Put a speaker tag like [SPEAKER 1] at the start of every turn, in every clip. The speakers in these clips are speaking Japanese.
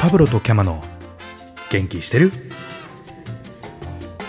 [SPEAKER 1] パブロとキャマの元気してる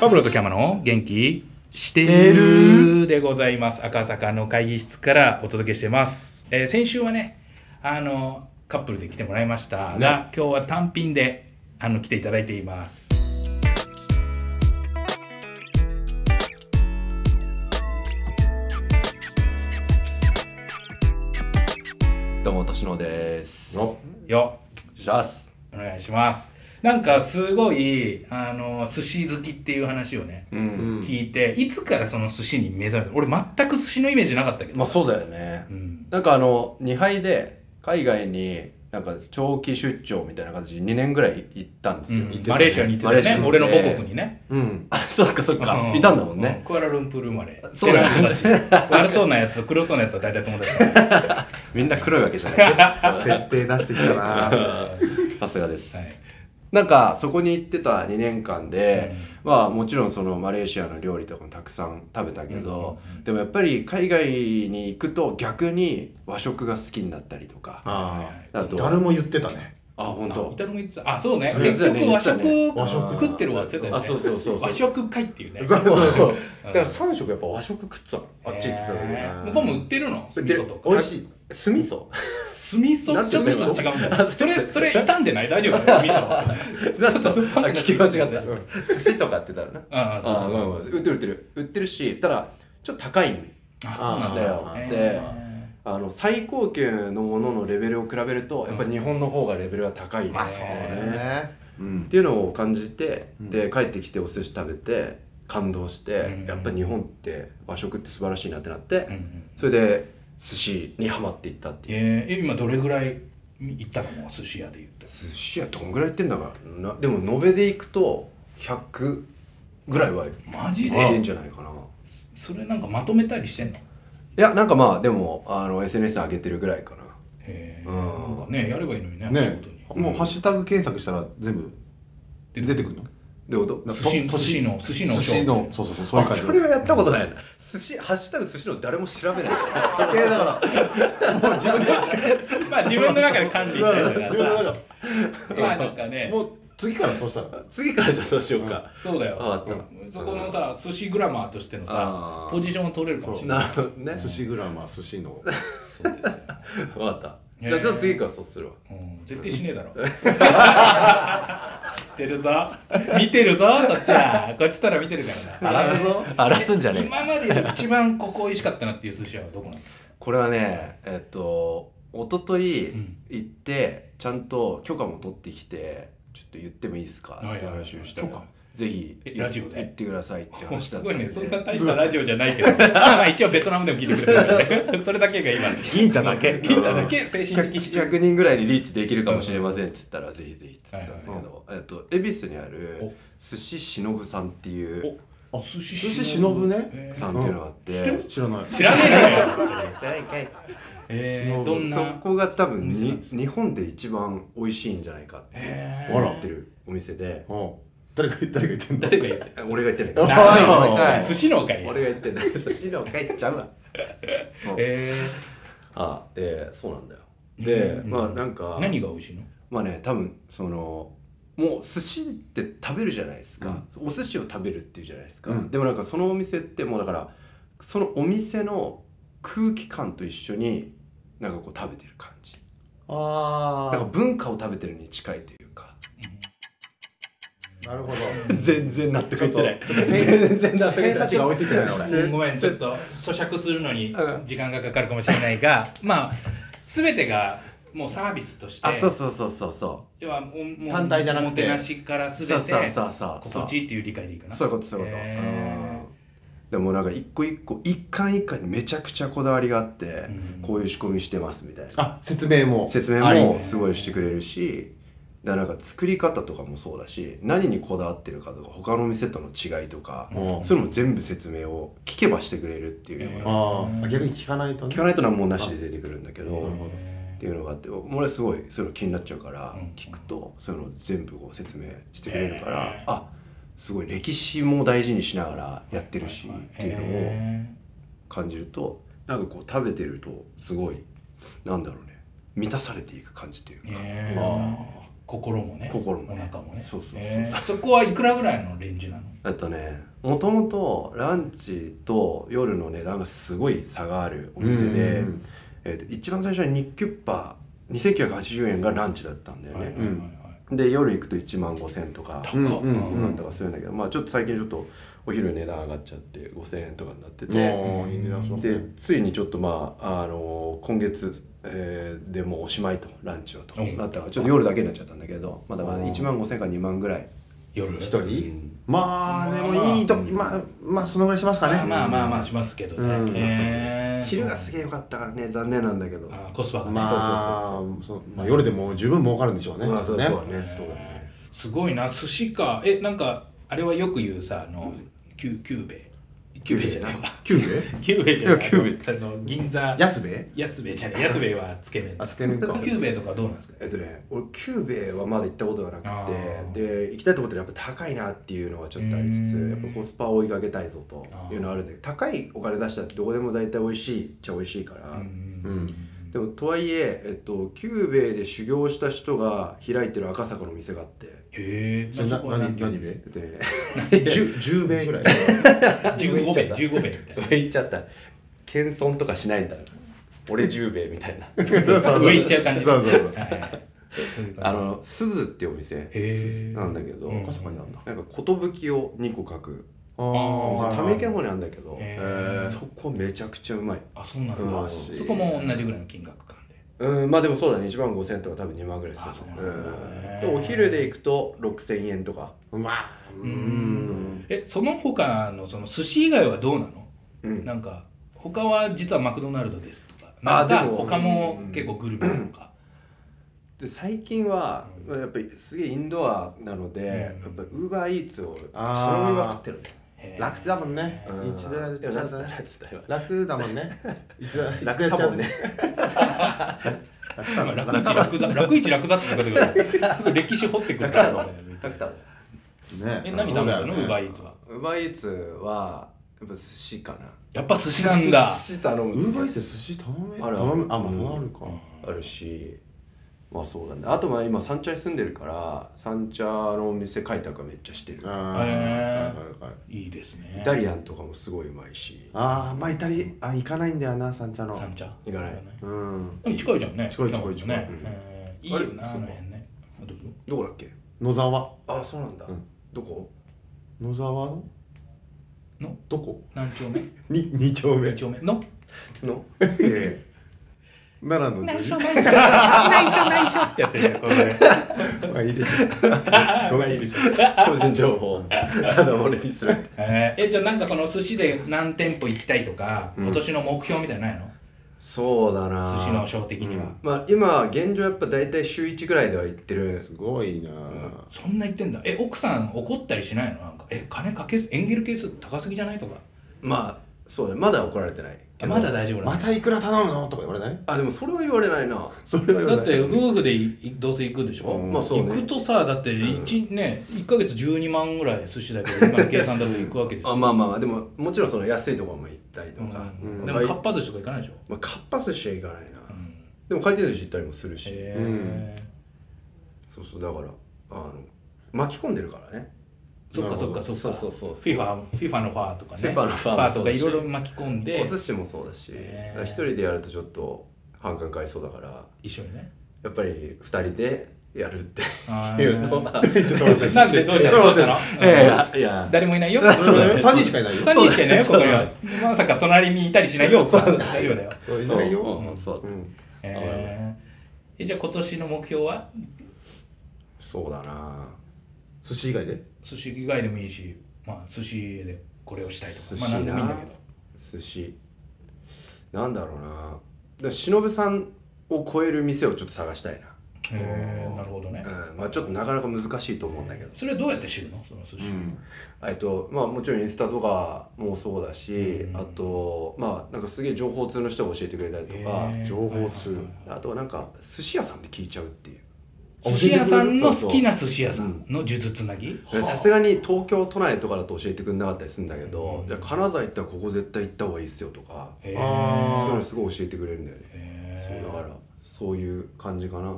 [SPEAKER 1] パブロとキャマの元気してるでございます赤坂の会議室からお届けしてます、えー先週はねあのカップルで来てもらいましたが、今日は単品であの来ていただいています
[SPEAKER 2] どうも、としのです。
[SPEAKER 3] の
[SPEAKER 1] よ
[SPEAKER 2] シャス。
[SPEAKER 1] お願いしますなんかすごいあの寿司好きっていう話をね、
[SPEAKER 2] うん。
[SPEAKER 1] 聞いていつからその寿司に目覚めた俺全く寿司のイメージなかったけど、
[SPEAKER 3] まあそうだよね、
[SPEAKER 1] うん
[SPEAKER 3] なんかあの2杯で海外になんか長期出張みたいな形で2年ぐらい行ったんですよ、
[SPEAKER 1] うん
[SPEAKER 3] 行ってた
[SPEAKER 1] マレーシアに行ってた
[SPEAKER 2] マ
[SPEAKER 1] よ
[SPEAKER 2] レーシアに行っ
[SPEAKER 1] ね
[SPEAKER 2] て
[SPEAKER 1] 俺の母国にね
[SPEAKER 3] うんあそっかそっか、
[SPEAKER 1] う
[SPEAKER 3] いたんだもんね
[SPEAKER 1] う、クアラルンプール生まれ
[SPEAKER 3] そうだね
[SPEAKER 1] 偉い人たち悪そうなやつ黒そうなやつは大体友達だ
[SPEAKER 3] みんな黒いわけじゃ ない
[SPEAKER 4] 設定出してきたな
[SPEAKER 3] さすがです、
[SPEAKER 1] はい
[SPEAKER 3] なんかそこに行ってた2年間で、まあもちろんそのマレーシアの料理とかもたくさん食べたけど、でもやっぱり海外に行くと逆に和食が好きになったりとか、
[SPEAKER 4] あ
[SPEAKER 3] あと
[SPEAKER 4] 誰も言ってたね
[SPEAKER 3] あ本
[SPEAKER 1] あイ
[SPEAKER 3] 当
[SPEAKER 1] タリアも言ってたあそうね
[SPEAKER 3] とりあえ
[SPEAKER 1] 結
[SPEAKER 3] ずね
[SPEAKER 1] 局和食
[SPEAKER 3] 言
[SPEAKER 4] たね和食
[SPEAKER 1] 食ってるわってたよね
[SPEAKER 3] あそうそうそうそう
[SPEAKER 1] 和食会っていう ね
[SPEAKER 4] そうそうそう
[SPEAKER 3] だから3食やっぱ和食食ってたのあっち行ってた時
[SPEAKER 1] へー向こうも売ってるの酢味
[SPEAKER 4] で
[SPEAKER 1] 噌とか
[SPEAKER 4] 美味しい
[SPEAKER 3] 酢味噌
[SPEAKER 1] 酢味噌
[SPEAKER 3] なん
[SPEAKER 1] ち
[SPEAKER 3] て
[SPEAKER 1] ょっと
[SPEAKER 3] 言
[SPEAKER 1] 味
[SPEAKER 3] うんだ
[SPEAKER 1] 噌違うんだよそれそれ傷んでない大 丈夫酢味噌ちょっと酸っぱくなっちゃう
[SPEAKER 3] 寿司とかって言ったらね
[SPEAKER 1] ああそう
[SPEAKER 3] あごめんごめん売ってる売ってる売ってるしただちょっと高いん
[SPEAKER 1] あそうなんだ
[SPEAKER 3] あ
[SPEAKER 1] よ
[SPEAKER 3] ー
[SPEAKER 1] へ
[SPEAKER 3] あの最高級のもののレベルを比べるとやっぱり日本の方がレベルが高いね、
[SPEAKER 1] まあそうね
[SPEAKER 4] うん
[SPEAKER 3] っていうのを感じて、で帰ってきてお寿司食べて感動して、
[SPEAKER 1] うん
[SPEAKER 3] やっぱり日本って和食って素晴らしいなってなって、
[SPEAKER 1] ーうんうん
[SPEAKER 3] それで寿司にハマっていったっていう
[SPEAKER 1] えーえ今どれぐらい行ったの寿司屋で言ったら
[SPEAKER 3] 寿司屋どんぐらい行ってんだからなでも延べで行くと100ぐらいは
[SPEAKER 1] マジ
[SPEAKER 3] 行って
[SPEAKER 1] で
[SPEAKER 3] んじゃないかな
[SPEAKER 1] それなんかまとめたりしてんの
[SPEAKER 3] いやなんかまあでもあの SNS 上げてるぐらいかな
[SPEAKER 1] へえ、
[SPEAKER 3] うん
[SPEAKER 1] なんかねやればいいのにね仕
[SPEAKER 4] ね
[SPEAKER 1] 事に
[SPEAKER 4] もうハッシュタグ検索したら全部
[SPEAKER 1] 出
[SPEAKER 4] 出
[SPEAKER 1] て
[SPEAKER 4] て
[SPEAKER 1] くる
[SPEAKER 4] くるの
[SPEAKER 3] どういうこと
[SPEAKER 4] なん
[SPEAKER 1] 寿
[SPEAKER 4] か
[SPEAKER 1] 司
[SPEAKER 4] と
[SPEAKER 1] 寿司の寿司の
[SPEAKER 4] 寿司のそうそうそうそういう感じ
[SPEAKER 3] それはやったことないな寿司ハッシュタグ寿司の誰も調べ ない
[SPEAKER 4] いやだから
[SPEAKER 1] まあ自分の中で管理みたいなのが
[SPEAKER 4] 自分の中
[SPEAKER 1] まあなんかね
[SPEAKER 4] もう次からそうしたら
[SPEAKER 3] 次からじゃあそうしようか、
[SPEAKER 1] そうだよ
[SPEAKER 3] ああった
[SPEAKER 1] そこのさ寿司グラマーとしてのさ
[SPEAKER 3] あー
[SPEAKER 1] ポジションを取れるかもしれない
[SPEAKER 3] なるほどね
[SPEAKER 4] 寿司グラマー寿司の
[SPEAKER 1] そうですよ、
[SPEAKER 3] 分かった
[SPEAKER 1] えー
[SPEAKER 3] じゃあちょっと次からそうするわ
[SPEAKER 1] うん、絶対しねえだろ知ってるぞ見てるぞこっちはこっちたら見てるからな
[SPEAKER 4] ら すぞ
[SPEAKER 3] あらすんじゃ
[SPEAKER 1] 今までで一番ここ美味しかったなっていう寿司屋はどこなの
[SPEAKER 3] これはねえっと一昨日行って、ちゃんと許可も取ってきてちょっと言ってもいいですか
[SPEAKER 1] はいはい
[SPEAKER 3] って話をしたら
[SPEAKER 1] 許可
[SPEAKER 3] ぜひ
[SPEAKER 1] えラジオで
[SPEAKER 3] 行ってくださいって話だ
[SPEAKER 1] す
[SPEAKER 3] った
[SPEAKER 1] ごい
[SPEAKER 3] んで
[SPEAKER 1] ね、そんな大したラジオじゃないけど、まあ一応ベトナムでも聞いてくれてる、ね、それだけが今、
[SPEAKER 4] 銀太だけ
[SPEAKER 1] 聞いただけ精神的支柱。
[SPEAKER 3] 100人ぐらいにリーチできるかもしれませんっつったら、ぜひぜひっつったんだけど、
[SPEAKER 4] はい
[SPEAKER 3] えっと恵比寿にある寿司しのぶさんっていう
[SPEAKER 1] お寿司
[SPEAKER 4] 寿司しのぶね
[SPEAKER 1] え
[SPEAKER 3] さんっていうのがあって、
[SPEAKER 4] うん知らない
[SPEAKER 1] ー知らねえのよ。え
[SPEAKER 4] しの
[SPEAKER 1] ー、
[SPEAKER 4] ぶ
[SPEAKER 1] どんな。
[SPEAKER 3] そこが多分
[SPEAKER 1] お店なん
[SPEAKER 3] に
[SPEAKER 1] で
[SPEAKER 3] 日本で一番美味しいんじゃないかって
[SPEAKER 1] え
[SPEAKER 4] あ
[SPEAKER 1] ー、
[SPEAKER 4] ら
[SPEAKER 3] 言ってるお店で、
[SPEAKER 4] うん誰が誰が言ってんだ
[SPEAKER 1] 誰が言って
[SPEAKER 3] え俺が言って
[SPEAKER 1] た
[SPEAKER 3] ない
[SPEAKER 4] あ
[SPEAKER 1] な
[SPEAKER 4] は
[SPEAKER 1] ん
[SPEAKER 4] い
[SPEAKER 1] だ寿司の会
[SPEAKER 3] 俺が言ってない 寿司の帰っちゃうわそう
[SPEAKER 1] え
[SPEAKER 3] あでそうなんだよで、
[SPEAKER 1] うん
[SPEAKER 3] まあなんか
[SPEAKER 1] ー、何が美味しいの
[SPEAKER 3] まあね多分そのもう寿司って食べるじゃないですか、お寿司を食べるっていうじゃないですか、
[SPEAKER 4] うん
[SPEAKER 3] でもなんかそのお店ってもうだからそのお店の空気感と一緒になんかこう食べてる感じ
[SPEAKER 4] あ
[SPEAKER 3] なんか文化を食べてるに近いというか
[SPEAKER 4] ーなるほど
[SPEAKER 3] 全然納得いってない
[SPEAKER 4] 全然だ偏差値が追いついてないな俺
[SPEAKER 1] ごめん、ちょっと咀嚼するのに
[SPEAKER 3] うん
[SPEAKER 1] 時間がかかるかもしれないが、 まあ、すべてがもうサービスとして、
[SPEAKER 3] あそうそうそうそうそ
[SPEAKER 1] 要はもうもう
[SPEAKER 4] 単体じゃなくて
[SPEAKER 1] もてなしからす
[SPEAKER 3] う
[SPEAKER 1] べ
[SPEAKER 3] そう
[SPEAKER 1] て
[SPEAKER 3] そうそうそうそう
[SPEAKER 1] 心地いいっていう理解でいいかな。
[SPEAKER 3] そういうことそういうこと、
[SPEAKER 1] へ
[SPEAKER 3] うんでもなんか一個一個一貫一貫にめちゃくちゃこだわりがあって、
[SPEAKER 1] ん
[SPEAKER 3] こういう仕込みしてますみたいな
[SPEAKER 4] あ説明も
[SPEAKER 3] 説明
[SPEAKER 4] あり
[SPEAKER 3] もすごいしてくれるしだからなんか作り方とかもそうだし何にこだわってるかとか他の店との違いとか、
[SPEAKER 4] うん
[SPEAKER 3] そういうのも全部説明を聞けばしてくれるっていうような、
[SPEAKER 4] ああ逆に聞かないとね
[SPEAKER 3] 聞かないと何もなしで出てくるんだけど、
[SPEAKER 4] なるほど
[SPEAKER 3] っていうのがあって俺すごいそういうの気になっちゃうから、
[SPEAKER 1] うん
[SPEAKER 3] 聞くとそういうの全部こう説明してくれるから、
[SPEAKER 1] へー
[SPEAKER 3] あすごい歴史も大事にしながらやってるし、っていうのを
[SPEAKER 1] へ
[SPEAKER 3] 感じるとなんかこう食べてるとすごいなんだろうね満たされていく感じという
[SPEAKER 1] ー
[SPEAKER 3] か、
[SPEAKER 1] へー
[SPEAKER 4] あ
[SPEAKER 1] 心もね
[SPEAKER 3] 心も
[SPEAKER 1] お
[SPEAKER 3] ね
[SPEAKER 1] 腹もね
[SPEAKER 3] そうそうそう
[SPEAKER 1] えーそこはいくらぐらいのレンジなの
[SPEAKER 3] えっとねもともとランチと夜の値段がすごい差があるお店で、
[SPEAKER 4] うんうんうん
[SPEAKER 3] えっと一番最初にニッキュッパー2980円がランチだったんだよ
[SPEAKER 1] はいはい
[SPEAKER 3] ね、
[SPEAKER 1] はいはい
[SPEAKER 3] で夜行くと1万5000とか
[SPEAKER 1] 高
[SPEAKER 3] 1
[SPEAKER 1] っ
[SPEAKER 4] うんうん
[SPEAKER 1] うん
[SPEAKER 3] 万とかするんだけど、まあちょっと最近ちょっとお昼値段上がっちゃって5000円とかになってて、
[SPEAKER 4] もういい値段します
[SPEAKER 3] で
[SPEAKER 4] ね
[SPEAKER 3] ついにちょっとまあ、あの今月、えーでもうおしまいとランチをと
[SPEAKER 1] うん
[SPEAKER 3] なったからちょっと夜だけになっちゃったんだけど、まあ、だから
[SPEAKER 4] うん
[SPEAKER 3] 1万5000か2万ぐらい、
[SPEAKER 1] 夜
[SPEAKER 4] 一
[SPEAKER 3] う
[SPEAKER 4] 人
[SPEAKER 3] ん
[SPEAKER 4] まあでもいいとまあまあそのぐらいしますか
[SPEAKER 1] まあ
[SPEAKER 4] ね
[SPEAKER 1] まあまあまあしますけどね、
[SPEAKER 4] うん
[SPEAKER 1] えー
[SPEAKER 3] 昼がすげえ良かったからね残念なんだけど
[SPEAKER 1] あーコスパがね、
[SPEAKER 4] まあそうまあ夜でも十分儲かるんでしょうね
[SPEAKER 3] まあ
[SPEAKER 4] きっと
[SPEAKER 3] そう
[SPEAKER 4] ね
[SPEAKER 3] そうだねそうだね
[SPEAKER 1] すごいな寿司かえなんかあれはよく言うさあの、キュキューベイキューベイじゃないわ
[SPEAKER 4] キューベ
[SPEAKER 1] キューベイじゃない
[SPEAKER 3] いやキュー
[SPEAKER 1] あの銀座
[SPEAKER 4] 安部
[SPEAKER 1] 安兵衛じゃない安兵衛はつけ麺
[SPEAKER 4] あつけ麺か
[SPEAKER 1] キューベイとかどうなんですか
[SPEAKER 3] えっとね俺キューベはまだ行ったことがな
[SPEAKER 1] あ
[SPEAKER 3] く
[SPEAKER 1] ー
[SPEAKER 3] てで行きたいとこってやっぱ高いなっていうのはちょっとありつ
[SPEAKER 1] う
[SPEAKER 3] つ
[SPEAKER 1] ん
[SPEAKER 3] やっぱコスパを追いかけたいぞというのはあるんだけど高いお金出したってどこでも大体美味しいっちゃ美味しいから、
[SPEAKER 1] うん
[SPEAKER 3] でもとはいえ、えっと、キューベで修行した人が開いてる赤坂の店があって
[SPEAKER 1] へえ
[SPEAKER 4] それな何何べ
[SPEAKER 3] えっとね
[SPEAKER 4] 十十べぐらい
[SPEAKER 1] 15米15米みたいな
[SPEAKER 2] 上行っちゃった謙遜とかしないんだな俺十兵衛みた いな
[SPEAKER 1] 上行っちゃう感じ
[SPEAKER 4] そうそうそう
[SPEAKER 1] はいはいそういう感じ
[SPEAKER 3] あのすずっていうお店
[SPEAKER 1] へえ
[SPEAKER 3] なんだけど、
[SPEAKER 1] うん
[SPEAKER 3] 赤坂
[SPEAKER 4] にあんだ
[SPEAKER 3] なんか寿を2個書く
[SPEAKER 1] あー
[SPEAKER 3] ため池の方にあるんだけど、
[SPEAKER 1] へ
[SPEAKER 4] え
[SPEAKER 1] え
[SPEAKER 3] そこめちゃくちゃうまい
[SPEAKER 1] あそうなん
[SPEAKER 3] う
[SPEAKER 1] だ
[SPEAKER 3] ん
[SPEAKER 1] そこも同じぐらいの金額感で
[SPEAKER 3] うんまあでもそうだね1万5000とか多分2万ぐらいす
[SPEAKER 1] あそう
[SPEAKER 3] る
[SPEAKER 1] な
[SPEAKER 3] ね
[SPEAKER 1] んだ
[SPEAKER 3] でお昼で行くと6000円とか
[SPEAKER 4] まあう
[SPEAKER 1] えその他のその寿司以外はどうなの、
[SPEAKER 3] うん
[SPEAKER 1] なんか他は実はマクドナルドですとかな
[SPEAKER 3] あ
[SPEAKER 1] んか
[SPEAKER 3] でも
[SPEAKER 1] 他も
[SPEAKER 3] うん
[SPEAKER 1] 結構グルメとか、
[SPEAKER 3] で最近はまあやっぱりすげえインドアなので、
[SPEAKER 1] ん
[SPEAKER 3] やっぱウーバーイーツを頼み
[SPEAKER 4] あー
[SPEAKER 3] まくってるね
[SPEAKER 1] へー
[SPEAKER 4] 楽だもんね
[SPEAKER 3] うん
[SPEAKER 4] 一度やっちゃう
[SPEAKER 3] いや楽だよ
[SPEAKER 4] 楽だもんね一度一度
[SPEAKER 3] 楽
[SPEAKER 4] やっちゃ
[SPEAKER 3] だも
[SPEAKER 4] うん
[SPEAKER 3] ね
[SPEAKER 1] 今楽市楽座楽市楽座って言い方がすごい歴史掘ってくるからね
[SPEAKER 3] 楽だもん
[SPEAKER 4] ね
[SPEAKER 1] え何食べ
[SPEAKER 4] そう
[SPEAKER 1] た
[SPEAKER 4] だ
[SPEAKER 1] の
[SPEAKER 4] よ
[SPEAKER 1] ウ
[SPEAKER 4] ね
[SPEAKER 1] ーバーイーツは
[SPEAKER 3] ウーバーイーツはやっぱ寿司かな
[SPEAKER 1] やっぱ寿司なんだ
[SPEAKER 3] 寿司頼む
[SPEAKER 4] ウーバーイーツで寿司頼め
[SPEAKER 3] あるある
[SPEAKER 4] 頼むあまあそうなるか
[SPEAKER 3] あるしまあそうだねあとまあ今三茶に住んでるから三茶のお店開拓はめっちゃしてる
[SPEAKER 4] あ
[SPEAKER 1] へー
[SPEAKER 4] ーわかるわかる
[SPEAKER 1] いいですね
[SPEAKER 3] イタリアンとかもすごいうまいし
[SPEAKER 4] あーまあイタリアあ行かないんだよな三茶の
[SPEAKER 1] 三茶
[SPEAKER 3] 行かない
[SPEAKER 4] うん
[SPEAKER 1] でも近いじゃんね
[SPEAKER 4] 近い近い近い
[SPEAKER 1] ねへーいいよ
[SPEAKER 3] あれ
[SPEAKER 1] なあの辺ねあどうぞ
[SPEAKER 3] どこだっけ
[SPEAKER 4] 野沢
[SPEAKER 3] あそうなんだ、
[SPEAKER 4] ん
[SPEAKER 3] どこ
[SPEAKER 4] 野沢の
[SPEAKER 1] の
[SPEAKER 4] どこ
[SPEAKER 1] 何丁目
[SPEAKER 4] に二丁目
[SPEAKER 1] 何丁目の
[SPEAKER 3] の
[SPEAKER 4] ええ奈良の女
[SPEAKER 1] 内緒内緒内緒ってやつやこれ
[SPEAKER 4] 優まあいいでし
[SPEAKER 1] ど
[SPEAKER 4] ど
[SPEAKER 1] う
[SPEAKER 4] う
[SPEAKER 1] い
[SPEAKER 4] い
[SPEAKER 1] いうでしょ
[SPEAKER 3] 個人情報ただ俺にする
[SPEAKER 1] えーえじゃあなんかその寿司で何店舗行きたいとか、
[SPEAKER 3] うん
[SPEAKER 1] 今年の目標みたいなのないの
[SPEAKER 3] そうだな
[SPEAKER 1] 寿司の賞的には、
[SPEAKER 3] まあ今現状やっぱ大体週1ぐらいでは行って
[SPEAKER 4] ょ
[SPEAKER 3] る
[SPEAKER 4] すごいな
[SPEAKER 1] そんな言ってんだえ奥さん怒ったりしないのなんかえ金かけすエンゲル係数高すぎじゃないとか
[SPEAKER 3] まあそうだねまだ怒られてないけど
[SPEAKER 1] まだ大丈夫な
[SPEAKER 4] ま
[SPEAKER 1] の
[SPEAKER 4] たいくら頼むのとか言わ れない
[SPEAKER 3] あでもそれは言われないな
[SPEAKER 4] それは言わ
[SPEAKER 1] だ
[SPEAKER 4] れ
[SPEAKER 1] っ
[SPEAKER 4] ない
[SPEAKER 1] て夫婦でいどうせ行くでしょ、
[SPEAKER 3] まあそうね
[SPEAKER 1] 行くとさだって 1,、ね、1ヶ月12万ぐらい寿司だけど今の計算だと行くわけでしょ
[SPEAKER 3] あまあまあまあでももちろんその安いところも行ったりとか、
[SPEAKER 1] うん
[SPEAKER 3] ま
[SPEAKER 1] で
[SPEAKER 3] あ
[SPEAKER 1] も
[SPEAKER 3] 回
[SPEAKER 1] かっぱ寿司とか行かないでしょ、
[SPEAKER 3] まあ、かっぱ寿司は行かないな、
[SPEAKER 1] うん、
[SPEAKER 3] でも回転寿司行ったりもするし、
[SPEAKER 1] えー
[SPEAKER 3] そうそうだからあの巻き込んでるからね
[SPEAKER 1] そっかそっかそっか
[SPEAKER 3] そうそうそう
[SPEAKER 1] フィファフィファのファーとかね
[SPEAKER 3] FIFA のファーも
[SPEAKER 1] と
[SPEAKER 3] そう
[SPEAKER 1] か
[SPEAKER 3] だ
[SPEAKER 1] い
[SPEAKER 3] し
[SPEAKER 1] ろいろ巻き込んで
[SPEAKER 3] お寿司もそうだし
[SPEAKER 1] へー
[SPEAKER 3] だから一人でやるとちょっと反感買いそうだから
[SPEAKER 1] 一緒にね
[SPEAKER 3] やっぱり二人でやるって
[SPEAKER 1] あ
[SPEAKER 3] い
[SPEAKER 1] ー
[SPEAKER 3] う のは
[SPEAKER 1] なんでどうしたの どうしたの
[SPEAKER 3] いやいや
[SPEAKER 1] 誰もいないよ。
[SPEAKER 4] そ うだよね三人しかいないよ
[SPEAKER 1] 三人しかいないよ、ここには。まさか隣にいたりしないよ、大丈夫だよ。
[SPEAKER 4] そういないよ
[SPEAKER 3] うんうんそう
[SPEAKER 4] うん
[SPEAKER 1] えーえじゃあ今年の目標は
[SPEAKER 3] そうだな
[SPEAKER 4] 寿司以外で
[SPEAKER 1] 寿司以外でもいいし、まあ寿司でこれをしたいとか
[SPEAKER 3] 寿、
[SPEAKER 1] まあ何
[SPEAKER 3] 司
[SPEAKER 1] でもいいんだけど。
[SPEAKER 3] 寿司なんだろうなだから忍さんを超える店をちょっと探したい
[SPEAKER 1] へーなるほどね
[SPEAKER 3] な、。うん、まあちょっとなかなか難しいと思うんだけど
[SPEAKER 1] それはどうやって知るのその寿司。
[SPEAKER 3] えっとまあ、もちろんインスタとかもそうだし、
[SPEAKER 1] うん
[SPEAKER 3] あとまあなんかすげえ情報通の人が教えてくれたりとか、
[SPEAKER 1] へー
[SPEAKER 4] 情報通
[SPEAKER 3] あとはなんか寿司屋さんで聞いちゃうっていう
[SPEAKER 1] 寿司屋さんの好きな寿司屋さんの数珠つなぎ
[SPEAKER 3] さすがに東京都内とかだと教えてくれなかったりするんだけど、じゃあ金沢行ったらここ絶対行った方がいいっすよとか、
[SPEAKER 1] へ
[SPEAKER 4] あ
[SPEAKER 1] ー
[SPEAKER 3] そういうのすごい教えてくれるんだよね、
[SPEAKER 1] へ
[SPEAKER 3] そうだからそういう感じかな
[SPEAKER 1] ー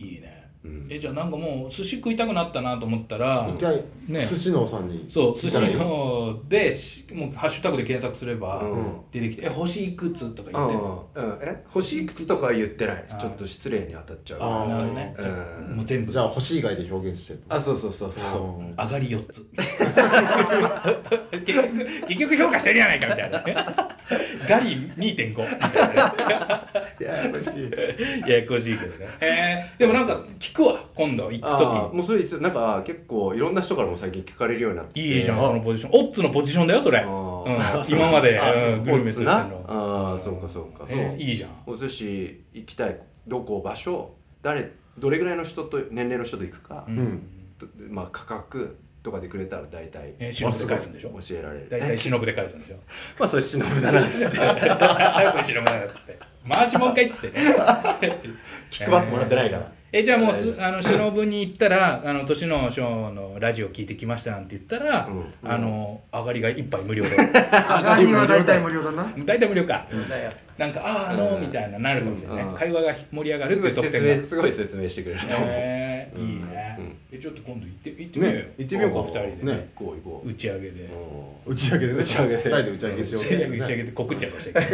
[SPEAKER 1] いいね。
[SPEAKER 3] うん
[SPEAKER 1] えじゃあなんかもう寿司食いたくなったなと思ったら
[SPEAKER 4] 一回
[SPEAKER 1] ね
[SPEAKER 4] 寿司のさんに
[SPEAKER 1] そう
[SPEAKER 4] 聞
[SPEAKER 1] 寿
[SPEAKER 4] いたらいい
[SPEAKER 1] 司のでしもうハッシュタグで検索すれば
[SPEAKER 3] うん
[SPEAKER 1] 出てきて「え星いくつ?」とか
[SPEAKER 3] う
[SPEAKER 1] 言って
[SPEAKER 3] んうん、え星いくつとかは言ってない
[SPEAKER 1] あー
[SPEAKER 3] ちょっと失礼に当たっちゃう
[SPEAKER 1] ああなるほどね、
[SPEAKER 3] うん
[SPEAKER 1] じゃあもう全部
[SPEAKER 4] じゃあ星以外で表現してる
[SPEAKER 3] あそうそうそうそう
[SPEAKER 4] うん
[SPEAKER 1] 上がり4つ 結局結局評価してるやないかみたいなガリ2.5
[SPEAKER 4] いややこしい
[SPEAKER 1] ややこしいけどねえー、でもなんか聞くわ今度行く
[SPEAKER 3] あー
[SPEAKER 1] 時
[SPEAKER 3] もうそれいつなんか結構いろんな人からも最近聞かれるようになって
[SPEAKER 1] いいじゃんそのポジションオッズのポジションだよそれ、
[SPEAKER 3] あ
[SPEAKER 1] うん
[SPEAKER 3] ー、
[SPEAKER 1] 今まで、
[SPEAKER 3] あ
[SPEAKER 1] うん、グルメ
[SPEAKER 3] オッ
[SPEAKER 1] す
[SPEAKER 3] ズ
[SPEAKER 1] る
[SPEAKER 3] な
[SPEAKER 1] の
[SPEAKER 3] ああそうかそうか、
[SPEAKER 1] えー
[SPEAKER 3] そう
[SPEAKER 1] いいじゃん
[SPEAKER 3] お寿司行きたいどこ場所誰どれぐらいの人と年齢の人と行くか、
[SPEAKER 4] うん
[SPEAKER 3] とまあ価格とかでくれたら大体
[SPEAKER 1] えー忍で返すんでしょ
[SPEAKER 3] 教えられる
[SPEAKER 1] 大体忍で返すんでしょ
[SPEAKER 3] まあそれ忍ぶだなっつって
[SPEAKER 1] 早くしろもらっつって回しもう一回っつってね
[SPEAKER 3] キックバックもらってないから
[SPEAKER 1] えじゃあもうすあの忍に行ったら「あの年の賞のラジオ聞いてきました」なんて言ったら、
[SPEAKER 3] うん
[SPEAKER 1] あの上がりが一杯無料で
[SPEAKER 5] 上がりは大体無料だな。
[SPEAKER 1] 大体無料か、
[SPEAKER 5] だよ。
[SPEAKER 1] なんか「あああのー」みたいななるかもしれない、
[SPEAKER 3] うん
[SPEAKER 1] 会話が盛り上が
[SPEAKER 3] す
[SPEAKER 1] るっ
[SPEAKER 3] ご
[SPEAKER 1] て
[SPEAKER 3] い
[SPEAKER 1] いう特
[SPEAKER 3] 説
[SPEAKER 1] 典
[SPEAKER 3] 明
[SPEAKER 1] が
[SPEAKER 3] すごい説明してくれると思う、
[SPEAKER 1] えー、いいね、
[SPEAKER 3] うん
[SPEAKER 1] えちょっと今度行って行ってみようよ、
[SPEAKER 4] ね行ってみようか
[SPEAKER 1] お二人でね
[SPEAKER 4] ね
[SPEAKER 3] 行こう行こう
[SPEAKER 1] 打ち上げで、
[SPEAKER 4] 打ち上げでね
[SPEAKER 3] 打ち上げで
[SPEAKER 4] 二人で打ち上げしよう
[SPEAKER 1] 打ち上げ打ち上げで告っちゃうかもしれない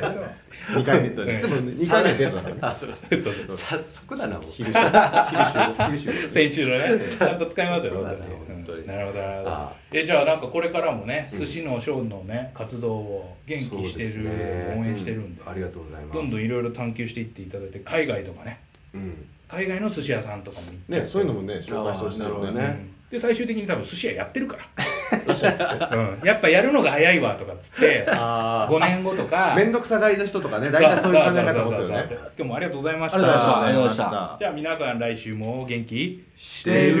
[SPEAKER 4] 2回目でも2回目デートだからね
[SPEAKER 3] あそうそう
[SPEAKER 1] そうそうそう
[SPEAKER 3] 早速だなもう
[SPEAKER 4] 昼食昼食昼食
[SPEAKER 1] 先週のね、ちゃんと使いますよ、
[SPEAKER 3] そう
[SPEAKER 1] 本当
[SPEAKER 3] だね
[SPEAKER 1] に。
[SPEAKER 3] 本当に
[SPEAKER 1] うんなるほど、なるほど
[SPEAKER 3] あ。
[SPEAKER 1] え、じゃあ、なんかこれからもね、寿司のショーのね、活動を元気して
[SPEAKER 3] そう
[SPEAKER 1] る、
[SPEAKER 3] ですね
[SPEAKER 1] 応援してるんで
[SPEAKER 3] う、ありがとうございます
[SPEAKER 1] どんどんいろいろ探求していっていただいて、海外とかね、
[SPEAKER 3] うん
[SPEAKER 1] 海外の寿司屋さんとかも行っちゃ
[SPEAKER 4] ねそういうのもね紹介してほしい
[SPEAKER 3] あーなるほど
[SPEAKER 4] よ
[SPEAKER 1] う
[SPEAKER 3] ね
[SPEAKER 4] ね
[SPEAKER 1] うんで、最終的に多分寿司屋やってる から。うんやっぱやるのが早いわとかっつって、
[SPEAKER 4] あー
[SPEAKER 1] 5年後とか。
[SPEAKER 4] 面倒くさがりの人とかね大体そういう考え方持つ
[SPEAKER 1] そう
[SPEAKER 4] よ
[SPEAKER 1] そうそう
[SPEAKER 4] ね
[SPEAKER 1] そう今日もありがとうございまし。
[SPEAKER 4] ありがとうございましたた
[SPEAKER 3] ありがとうございました
[SPEAKER 1] じゃあ皆さん来週も元気
[SPEAKER 4] してる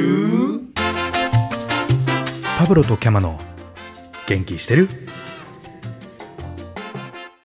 [SPEAKER 1] パブロとキャマの元気してる